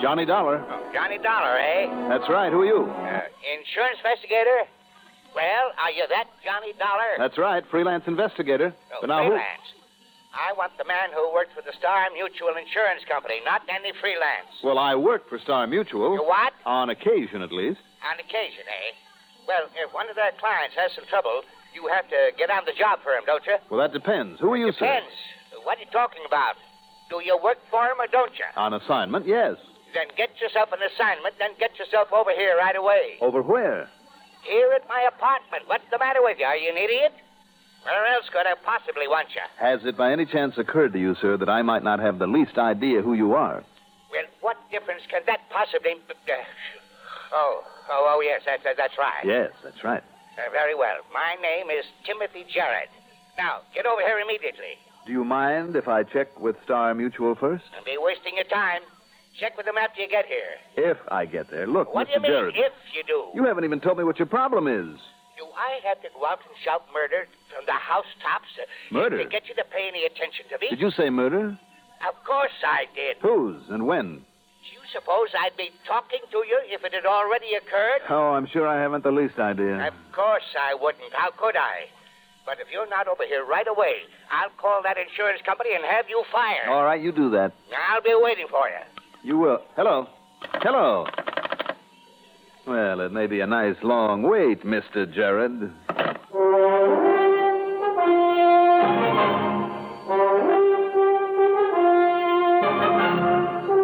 Johnny Dollar. Johnny Dollar, eh? Uh, That's right. Who are you? Insurance investigator? Well, are you that Johnny Dollar? That's right. Freelance investigator. Oh, but now who? freelance. I want the man who works for the Star Mutual Insurance Company, not any freelance. Well, I worked for Star Mutual. You what? On occasion, at least. On occasion, eh? Well, if one of their clients has some trouble, you have to get on the job for him, don't you? Well, that depends. Who are you, sir? Depends. What are you talking about? Do you work for him or don't you? On assignment, yes. Then get yourself an assignment, then get yourself over here right away. Over where? Here at my apartment. What's the matter with you? Are you an idiot? Where else could I possibly want you? Has it by any chance occurred to you, sir, that I might not have the least idea who you are? Well, what difference can that possibly... Uh, oh, oh, oh, yes, that's, that's right. Yes, that's right. Uh, very well. My name is Timothy Jarrett. Now, get over here immediately. Do you mind if I check with Star Mutual first? Don't be wasting your time. Check with them after you get here. If I get there. Look, What Mr. do you mean, Jarrett. if you do? You haven't even told me what your problem is. Do I have to go out and shout murder from the housetops uh, Murder? to get you to pay any attention to me? Did you say murder? Of course I did. Whose and when? Do you suppose I'd be talking to you if it had already occurred? Oh, I'm sure I haven't the least idea. Of course I wouldn't. How could I? But if you're not over here right away, I'll call that insurance company and have you fired. All right, you do that. I'll be waiting for you. You will. Hello. Hello. Well, it may be a nice long wait, Mr. Jared.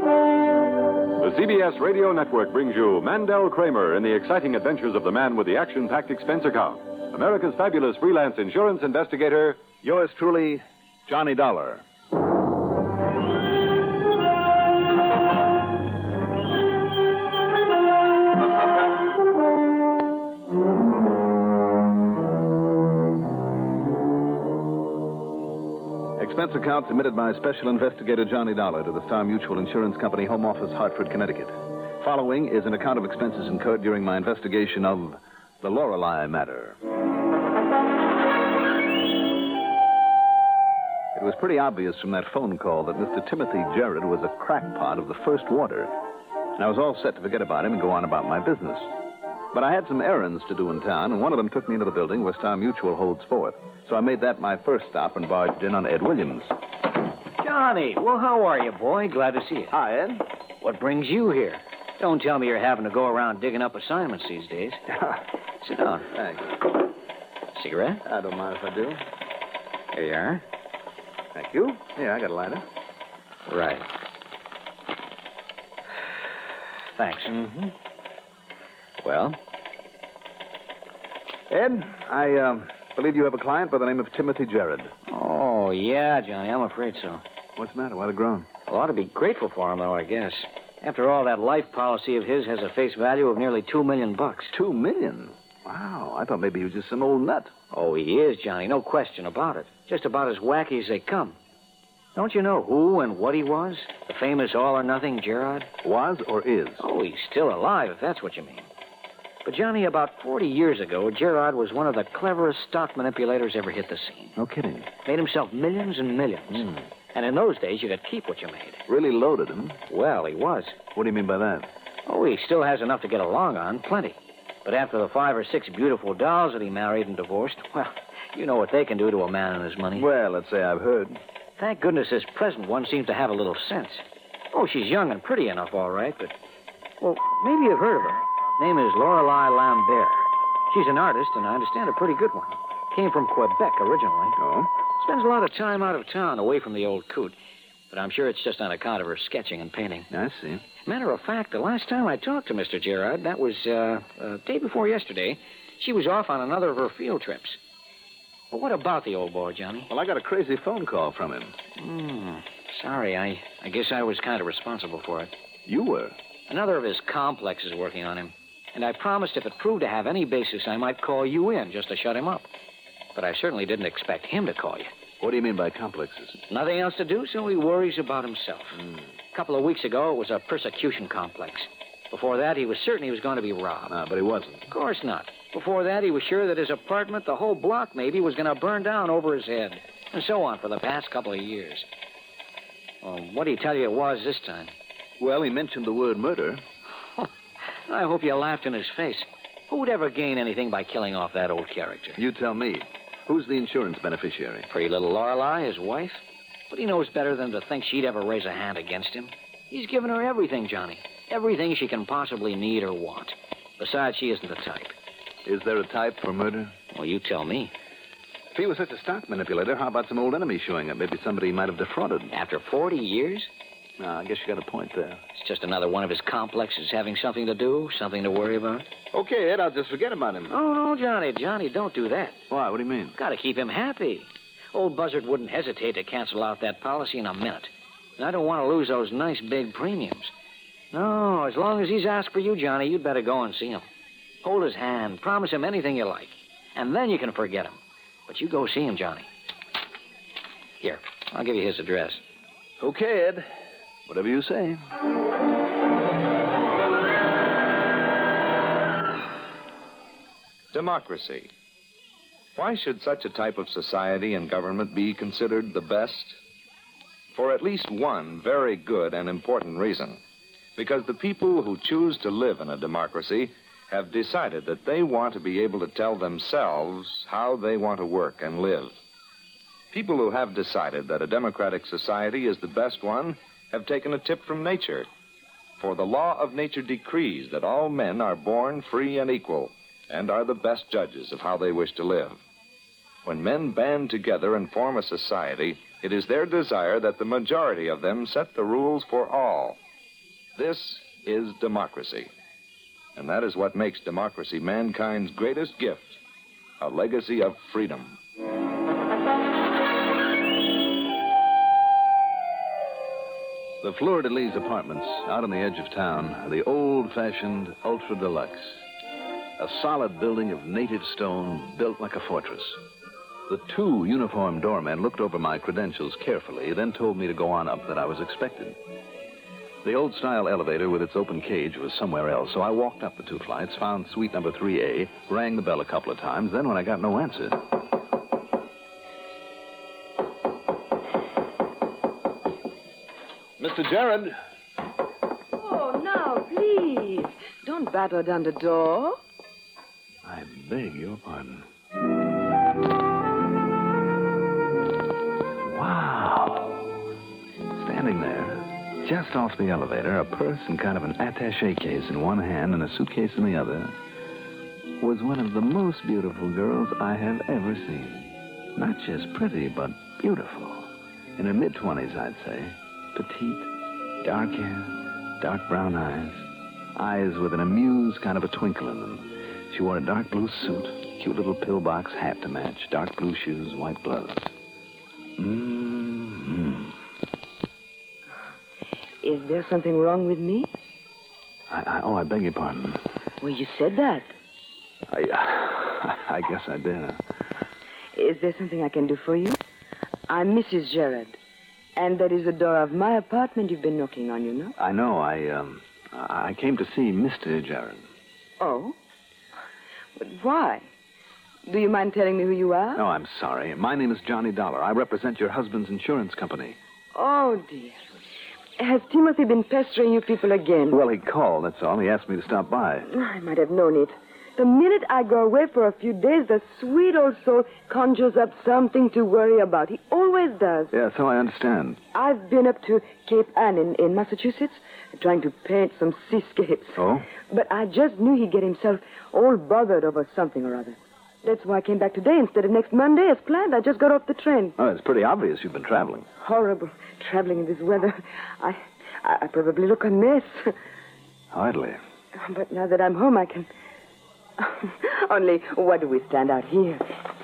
The CBS Radio Network brings you Mandel Kramer in the exciting adventures of the man with the action packed expense account. America's fabulous freelance insurance investigator. Yours truly, Johnny Dollar. Expense account submitted by Special Investigator Johnny Dollar to the Star Mutual Insurance Company Home Office, Hartford, Connecticut. Following is an account of expenses incurred during my investigation of the Lorelei matter. It was pretty obvious from that phone call that Mr. Timothy Jarrett was a crackpot of the first water. And I was all set to forget about him and go on about my business. But I had some errands to do in town, and one of them took me into the building where Star Mutual holds forth. So I made that my first stop and barged in on Ed Williams. Johnny, well, how are you, boy? Glad to see you. Hi, Ed. What brings you here? Don't tell me you're having to go around digging up assignments these days. Sit down. Thanks. Cigarette? I don't mind if I do. Here you are. Thank you. Here, I got a lighter. Right. Thanks. Mm-hmm. Well, Ed, I uh, believe you have a client by the name of Timothy Jarrett. oh, yeah, Johnny, I'm afraid so. What's the matter? Why the groan? Well, ought to be grateful for him, though, I guess. After all, that life policy of his has a face value of nearly two million bucks. Two million. Wow. I thought maybe he was just some old nut. Oh, he is, Johnny. No question about it. Just about as wacky as they come. Don't you know who and what he was? The famous all or nothing Gerard? Was or is? Oh, he's still alive, if that's what you mean. But, Johnny, about 40 years ago, Gerard was one of the cleverest stock manipulators ever hit the scene. No kidding. Made himself millions and millions. And in those days, you could keep what you made. Really loaded him. Well, he was. What do you mean by that? Oh, he still has enough to get along on, plenty. But after the five or six beautiful dolls that he married and divorced, well, you know what they can do to a man and his money. Well, let's say I've heard. Thank goodness this present one seems to have a little sense. Oh, she's young and pretty enough, all right, but. Well, maybe you've heard of her. Name is Lorelei Lambert. She's an artist, and I understand a pretty good one. Came from Quebec originally. Oh? Spends a lot of time out of town, away from the old coot. But I'm sure it's just on account of her sketching and painting. I see. Matter of fact, the last time I talked to Mr. Gerard, that was uh, uh, day before yesterday, she was off on another of her field trips. But what about the old boy, Johnny? Well, I got a crazy phone call from him. Hmm. Sorry, I, I guess I was kind of responsible for it. You were. Another of his complex is working on him, and I promised if it proved to have any basis, I might call you in just to shut him up. But I certainly didn't expect him to call you. What do you mean by complexes? Nothing else to do, so he worries about himself. A couple of weeks ago, it was a persecution complex. Before that, he was certain he was going to be robbed. Ah, but he wasn't. Of course not. Before that, he was sure that his apartment, the whole block maybe, was going to burn down over his head. And so on for the past couple of years. Well, what did he tell you it was this time? Well, he mentioned the word murder. I hope you laughed in his face. Who'd ever gain anything by killing off that old character? You tell me. Who's the insurance beneficiary? Pretty little Lorelei, his wife. But he knows better than to think she'd ever raise a hand against him. He's given her everything, Johnny. Everything she can possibly need or want. Besides, she isn't the type. Is there a type for murder? Well, you tell me. If he was such a stock manipulator, how about some old enemy showing up? Maybe somebody he might have defrauded. After 40 years, No, I guess you got a point there. it's just another one of his complexes having something to do, something to worry about. Okay, Ed, I'll just forget about him. Oh, no, Johnny, Johnny, don't do that. Why? What do you mean? Gotta keep him happy. Old Buzzard wouldn't hesitate to cancel out that policy in a minute. And I don't want to lose those nice big premiums. No, as long as he's asked for you, Johnny, you'd better go and see him. Hold his hand, promise him anything you like, and then you can forget him. But you go see him, Johnny. Here, I'll give you his address. Okay, Ed. Whatever you say. Democracy. Why should such a type of society and government be considered the best? For at least one very good and important reason. Because the people who choose to live in a democracy have decided that they want to be able to tell themselves how they want to work and live. People who have decided that a democratic society is the best one have taken a tip from nature. For the law of nature decrees that all men are born free and equal and are the best judges of how they wish to live. When men band together and form a society, it is their desire that the majority of them set the rules for all. This is democracy. And that is what makes democracy mankind's greatest gift a legacy of freedom. The Fleur de Lis apartments out on the edge of town are the old fashioned ultra deluxe. A solid building of native stone built like a fortress. The two uniformed doormen looked over my credentials carefully, then told me to go on up that I was expected. The old style elevator with its open cage was somewhere else, so I walked up the two flights, found suite number 3A, rang the bell a couple of times, then when I got no answer. Mr. Jared, Oh, now, please. Don't batter down the door. I beg your pardon. Wow. Standing there, just off the elevator, a purse and kind of an attache case in one hand and a suitcase in the other, was one of the most beautiful girls I have ever seen. Not just pretty, but beautiful. In her mid 20s, I'd say. Petite, dark hair, dark brown eyes, eyes with an amused kind of a twinkle in them. She wore a dark blue suit, cute little pillbox hat to match, dark blue shoes, white gloves. mm Is there something wrong with me? I, I, oh, I beg your pardon. Well, you said that. I, I guess I did. Is there something I can do for you? I'm Mrs. Gerard. And that is the door of my apartment you've been knocking on, you know? I know. I um, I I came to see Mister Jared. Oh? But why? Do you mind telling me who you are? No, I'm sorry. My name is Johnny Dollar. I represent your husband's insurance company. Oh, dear. Has Timothy been pestering you people again? Oh, Well, he called. That's all. He asked me to stop by. I might have known it. The minute I go away for a few days, the sweet old soul conjures up something to worry about. He always does. Yeah, so I understand. I've been up to Cape Ann in, in Massachusetts trying to paint some seascapes. Oh? But I just knew he'd get himself all bothered over something or other. That's why I came back today instead of next Monday as planned. I just got off the train. Oh, it's pretty obvious you've been traveling. Horrible traveling in this weather. I, I, I probably look a mess. Hardly. But now that I'm home, I can. Only, what do we stand out here?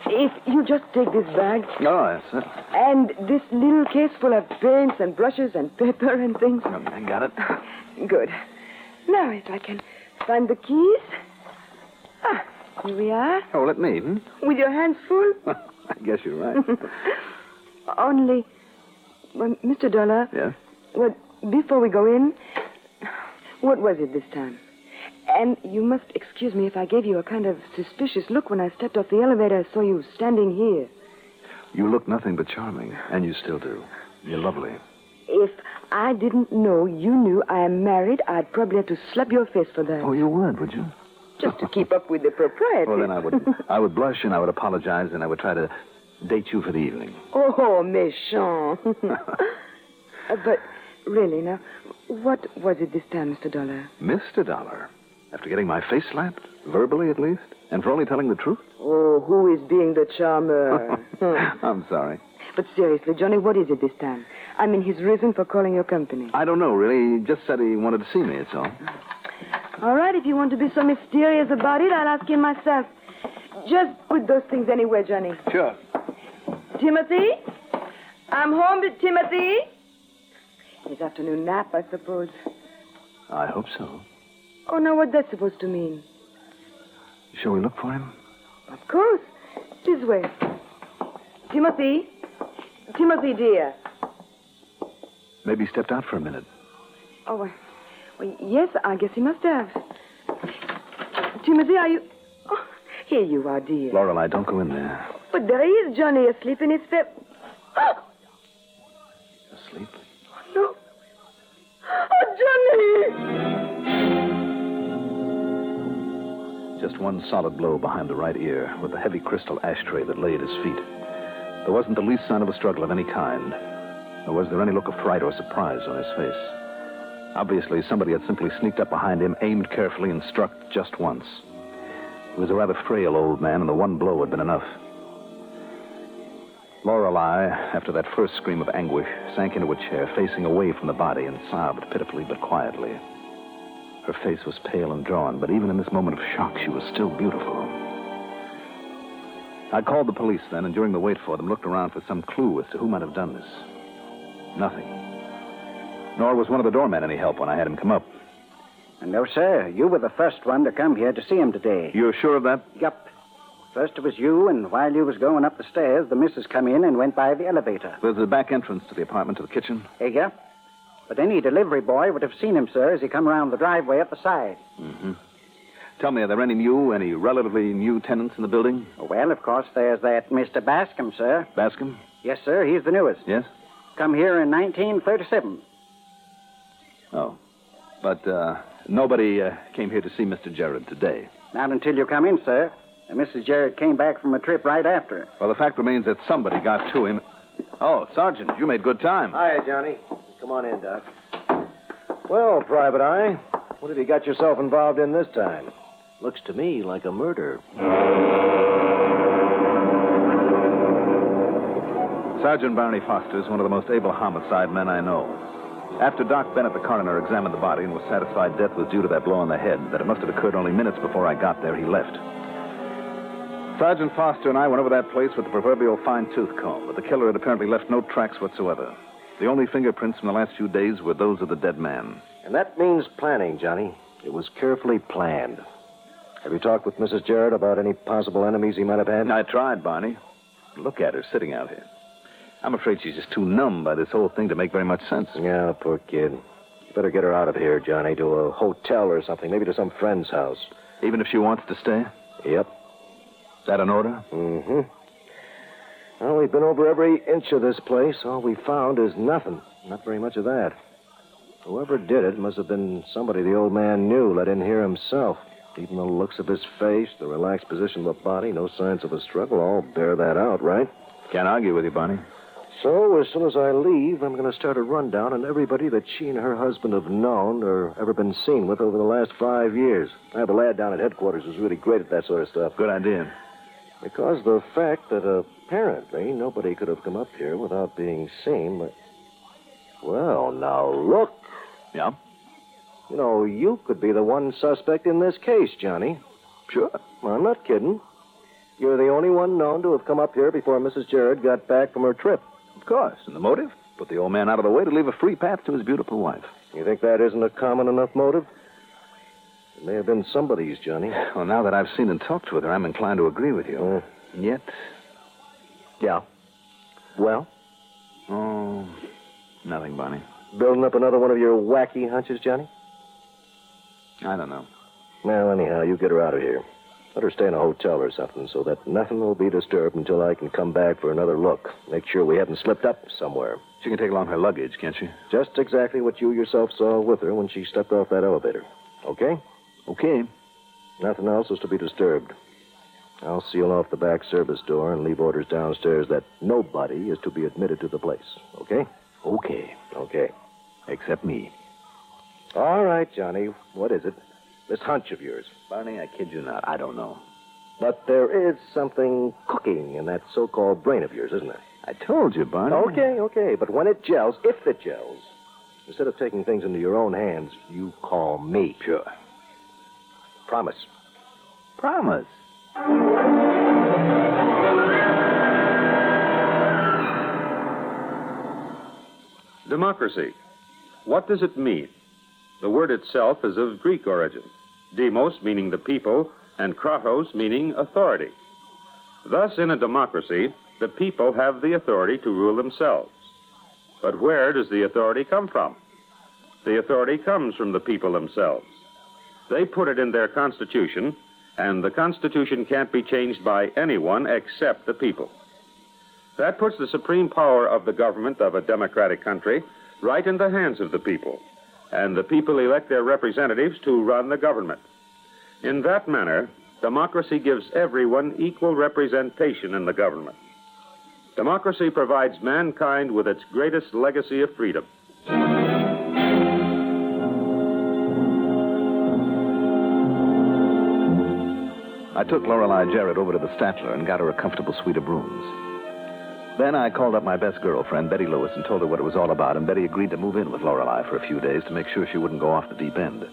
If you just take this bag Oh, yes. sir. and this little case full of paints and brushes and paper and things. I got it. Good. Now, if I can find the keys. Ah, here we are, Oh, let me. Hmm? with your hands full. I guess you're right. Only, well, Mr. Dollar, yes. well, before we go in, what was it this time? And you must excuse me if I gave you a kind of suspicious look when I stepped off the elevator. I saw you standing here. You look nothing but charming, and you still do. You're lovely. If I didn't know you knew I am married, I'd probably have to slap your face for that. Oh, you would, would you? Just to keep up with the propriety. Well, then I would. I would blush and I would apologize and I would try to date you for the evening. Oh, méchant. Uh, but really, now, what was it this time, Mr. Dollar? Mr. Dollar, after getting my face slapped, verbally at least, and for only telling the truth? Oh, who is being the charmer? Hmm. I'm sorry. but seriously, Johnny, what is it this time? I mean, his reason for calling your company. I don't know, really. He just said he wanted to see me, it's all. All right, if you want to be so mysterious about it, I'll ask him myself. Just put those things anywhere, Johnny. Sure. Timothy? I'm home, with Timothy? His afternoon nap, I suppose. I hope so. Oh, now what that's supposed to mean? Shall we look for him? Of course. This way. Timothy? Timothy, dear. Maybe he stepped out for a minute. Oh, well, well, yes, I guess he must have. Timothy, are you... Oh, here you are, dear. Lorelei, don't go in there. But there he is, Johnny, asleep in his bed. Asleep? No. Oh, Johnny! Just one solid blow behind the right ear with the heavy crystal ashtray that lay at his feet. There wasn't the least sign of a struggle of any kind, nor was there any look of fright or surprise on his face. Obviously, somebody had simply sneaked up behind him, aimed carefully, and struck just once. He was a rather frail old man, and the one blow had been enough. Lorelei, after that first scream of anguish, sank into a chair, facing away from the body, and sobbed pitifully but quietly. Her face was pale and drawn, but even in this moment of shock, she was still beautiful. I called the police then, and during the wait for them, looked around for some clue as to who might have done this. Nothing. Nor was one of the doormen any help when I had him come up. No, sir. You were the first one to come here to see him today. You're sure of that? Yup. First it was you, and while you was going up the stairs, the missus come in and went by the elevator. There's a back entrance to the apartment to the kitchen. Eh, yeah? But any delivery boy would have seen him, sir, as he come round the driveway up the side. Tell me, are there any new, any relatively new tenants in the building? Well, of course, there's that Mr. Bascom, sir. Bascom? Yes, sir, he's the newest. Yes? Come here in 1937. Oh. But uh, nobody uh, came here to see Mr. Jared today. Not until you come in, sir. And Mrs. Jarrett came back from a trip right after. Well, the fact remains that somebody got to him. Oh, Sergeant, you made good time. Hiya, Johnny. Come on in, Doc. Well, Private Eye, what have you got yourself involved in this time? Looks to me like a murder. Sergeant Barney Foster is one of the most able homicide men I know. After Doc Bennett, the coroner, examined the body and was satisfied death was due to that blow on the head, that it must have occurred only minutes before I got there, he left. Sergeant Foster and I went over that place with the proverbial fine tooth comb, but the killer had apparently left no tracks whatsoever. The only fingerprints from the last few days were those of the dead man. And that means planning, Johnny. It was carefully planned. Have you talked with Mrs. Jarrett about any possible enemies he might have had? And I tried, Barney. Look at her sitting out here. I'm afraid she's just too numb by this whole thing to make very much sense. Yeah, poor kid. You better get her out of here, Johnny, to a hotel or something, maybe to some friend's house. Even if she wants to stay? Yep. Is that an order? Mm-hmm. Well, we've been over every inch of this place. All we found is nothing. Not very much of that. Whoever did it must have been somebody the old man knew, let in here himself. Even the looks of his face, the relaxed position of the body, no signs of a struggle, all bear that out, right? Can't argue with you, Barney. So, as soon as I leave, I'm going to start a rundown on everybody that she and her husband have known or ever been seen with over the last five years. I have a lad down at headquarters who's really great at that sort of stuff. Good idea. Because of the fact that apparently nobody could have come up here without being seen, but. Well, now look. Yeah? You know, you could be the one suspect in this case, Johnny. Sure. Well, I'm not kidding. You're the only one known to have come up here before Mrs. Jared got back from her trip. Of course. And the motive? Put the old man out of the way to leave a free path to his beautiful wife. You think that isn't a common enough motive? It may have been somebody's, Johnny. Well, now that I've seen and talked with her, I'm inclined to agree with you. Uh, And Yet, yeah. Well, oh, nothing, Barney. building up another one of your wacky hunches, Johnny? I don't know. Well, anyhow, you get her out of here. Let her stay in a hotel or something so that nothing will be disturbed until I can come back for another look. Make sure we haven't slipped up somewhere. She can take along her luggage, can't she? Just exactly what you yourself saw with her when she stepped off that elevator. Okay? Okay. Nothing else is to be disturbed. I'll seal off the back service door and leave orders downstairs that nobody is to be admitted to the place. Okay? Okay. Okay. Except me. All right, Johnny. What is it? This hunch of yours. Barney, I kid you not. I don't know. But there is something cooking in that so called brain of yours, isn't there? I told you, Barney. Okay, okay. But when it gels, if it gels, instead of taking things into your own hands, you call me. Sure. Promise. Promise. Democracy. What does it mean? The word itself is of Greek origin, demos meaning the people, and kratos meaning authority. Thus, in a democracy, the people have the authority to rule themselves. But where does the authority come from? The authority comes from the people themselves. They put it in their constitution, and the constitution can't be changed by anyone except the people. That puts the supreme power of the government of a democratic country right in the hands of the people, and the people elect their representatives to run the government. In that manner, democracy gives everyone equal representation in the government. Democracy provides mankind with its greatest legacy of freedom. I took Lorelei Jarrett over to the Statler and got her a comfortable suite of rooms. Then I called up my best girlfriend, Betty Lewis, and told her what it was all about, and Betty agreed to move in with Lorelei for a few days to make sure she wouldn't go off the deep end.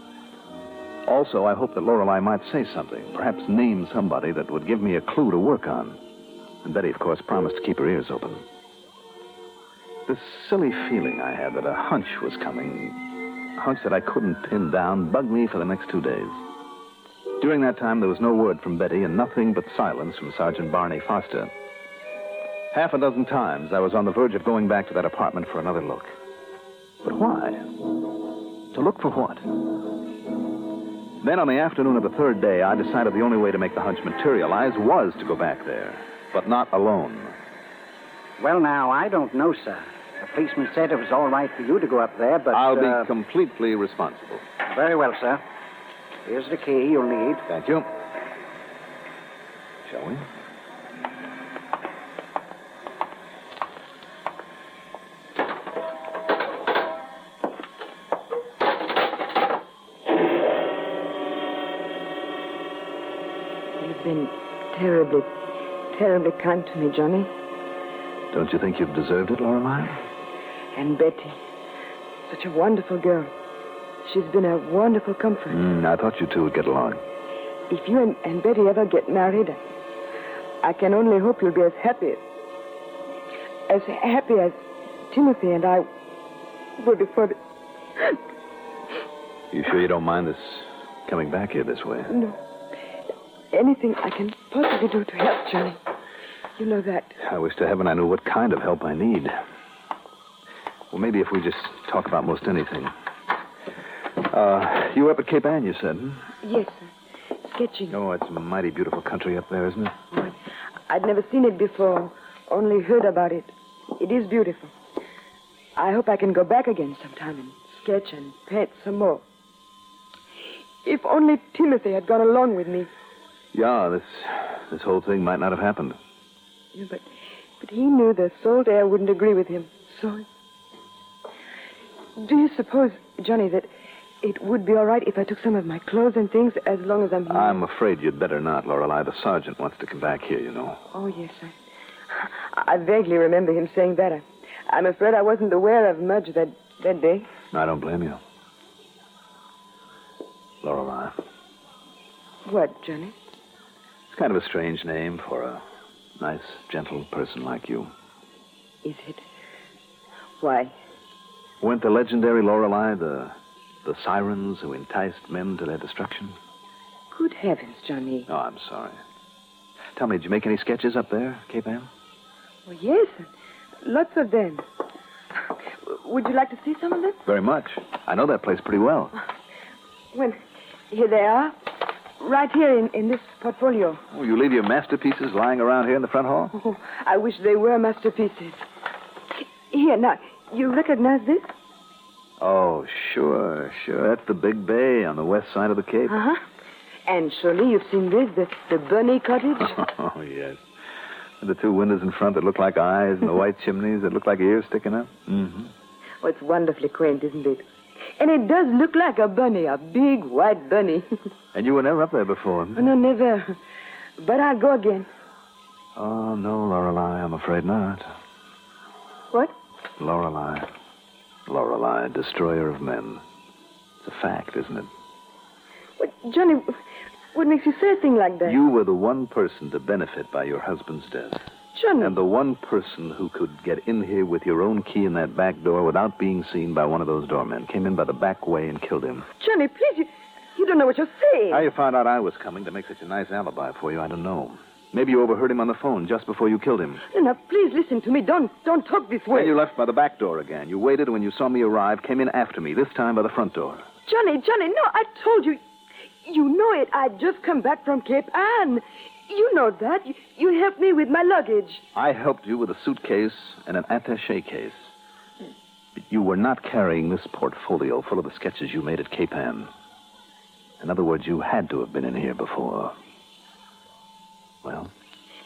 Also, I hoped that Lorelei might say something, perhaps name somebody that would give me a clue to work on. And Betty, of course, promised to keep her ears open. This silly feeling I had that a hunch was coming, a hunch that I couldn't pin down, bugged me for the next two days. During that time, there was no word from Betty and nothing but silence from Sergeant Barney Foster. Half a dozen times, I was on the verge of going back to that apartment for another look. But why? To look for what? Then, on the afternoon of the third day, I decided the only way to make the hunch materialize was to go back there, but not alone. Well, now, I don't know, sir. The policeman said it was all right for you to go up there, but. I'll uh, be completely responsible. Very well, sir. Here's the key you'll need. Thank you. Shall we? You've been terribly, terribly kind to me, Johnny. Don't you think you've deserved it, Lorelei? And Betty. Such a wonderful girl. She's been a wonderful comfort. Mm, I thought you two would get along. If you and, and Betty ever get married, I can only hope you'll be as happy. As happy as Timothy and I were before. The, You sure you don't mind this coming back here this way? no. Anything I can possibly do to help Johnny. You know that. I wish to heaven I knew what kind of help I need. Well, maybe if we just talk about most anything. Uh, you were up at Cape Ann, you said? hmm? Yes, sir. Sketching. Oh, it's a mighty beautiful country up there, isn't it? I'd never seen it before, only heard about it. It is beautiful. I hope I can go back again sometime and sketch and paint some more. If only Timothy had gone along with me. Yeah, this this whole thing might not have happened. Yeah, But, but he knew the salt air wouldn't agree with him, so. Do you suppose, Johnny, that it would be all right if I took some of my clothes and things as long as I'm here? I'm afraid you'd better not, Lorelei. The sergeant wants to come back here, you know. Oh, yes, I, I vaguely remember him saying that. I, I'm afraid I wasn't aware of much that, that day. I don't blame you. Lorelei. What, Johnny? It's kind of a strange name for a nice, gentle person like you. Is it? Why? Weren't the legendary Lorelei the the sirens who enticed men to their destruction? Good heavens, Johnny. Oh, I'm sorry. Tell me, did you make any sketches up there, Cape Ann? Oh, yes, lots of them. Would you like to see some of them? Very much. I know that place pretty well. Well, here they are. Right here in, in this portfolio. Oh, you leave your masterpieces lying around here in the front hall? Oh, I wish they were masterpieces. Here, now, You recognize this? Oh, sure, sure. That's the big bay on the west side of the Cape. Uh huh. And surely you've seen this, the, the Bunny Cottage? Oh, yes. The two windows in front that look like eyes and the white chimneys that look like ears sticking up. Mm-hmm. Oh, it's wonderfully quaint, isn't it? And it does look like a bunny, a big white bunny. And you were never up there before. oh, no, never. But I'll go again. Oh, no, Lorelei, I'm afraid not. What? Lorelei. Lorelei, destroyer of men. It's a fact, isn't it? What, Johnny, what makes you say a thing like that? You were the one person to benefit by your husband's death. Johnny. And the one person who could get in here with your own key in that back door without being seen by one of those doormen. Came in by the back way and killed him. Johnny, please, you, you don't know what you're saying. How you found out I was coming to make such a nice alibi for you, I don't know. Maybe you overheard him on the phone just before you killed him. No, now, please listen to me. Don't, don't talk this way. Then you left by the back door again. You waited when you saw me arrive, came in after me, this time by the front door. Johnny, Johnny, no, I told you. You know it. I just come back from Cape Ann. You know that. You, you helped me with my luggage. I helped you with a suitcase and an attache case. But you were not carrying this portfolio full of the sketches you made at Cape Ann. In other words, you had to have been in here before. Well,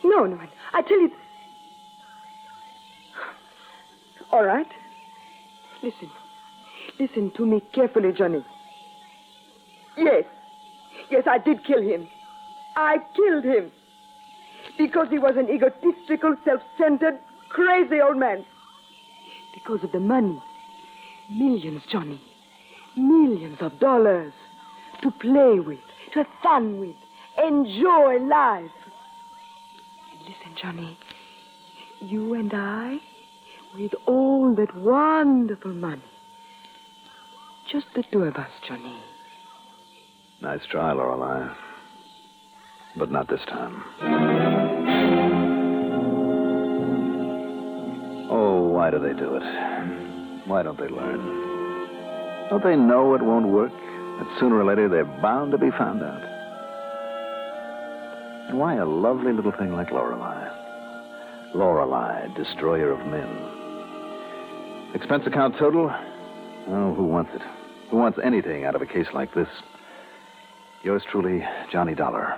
No, no, I, I tell you. All right. Listen. Listen to me carefully, Johnny. Yes. Yes, I did kill him. I killed him. Because he was an egotistical, self centered, crazy old man. Because of the money. Millions, Johnny. Millions of dollars. To play with, to have fun with, enjoy life. Listen, Johnny. You and I, with all that wonderful money. Just the two of us, Johnny. nice try, Lorelei. But not this time. Oh, why do they do it? Why don't they learn? Don't they know it won't work? That sooner or later they're bound to be found out. And why a lovely little thing like Lorelei? Lorelei, destroyer of men. Expense account total? Oh, who wants it? Who wants anything out of a case like this? Yours truly, Johnny Dollar.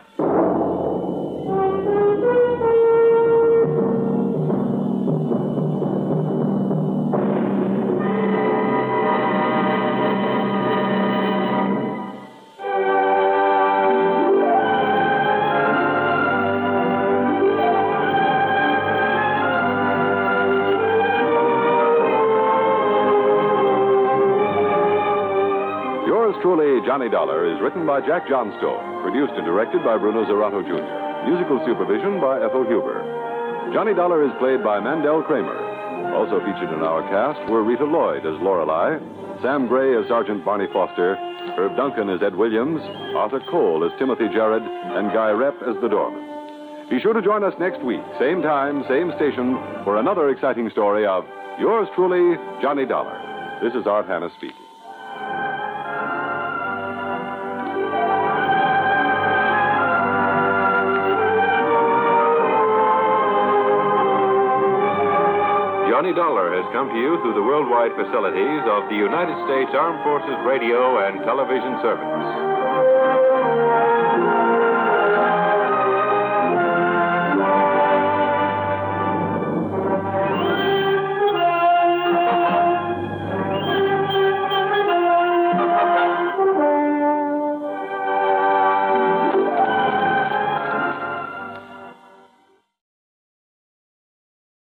Yours truly, Johnny Dollar, is written by Jack Johnstone, produced and directed by Bruno Zerato Jr., musical supervision by Ethel Huber. Johnny Dollar is played by Mandel Kramer. Also featured in our cast were Rita Lloyd as Lorelei, Sam Gray as Sergeant Barney Foster, Herb Duncan as Ed Williams, Arthur Cole as Timothy Jarrett, and Guy Rep as the doorman. Be sure to join us next week, same time, same station, for another exciting story of Yours truly, Johnny Dollar. This is Art Hannah speaking. Johnny Dollar has come to you through the worldwide facilities of the United States Armed Forces Radio and Television Service.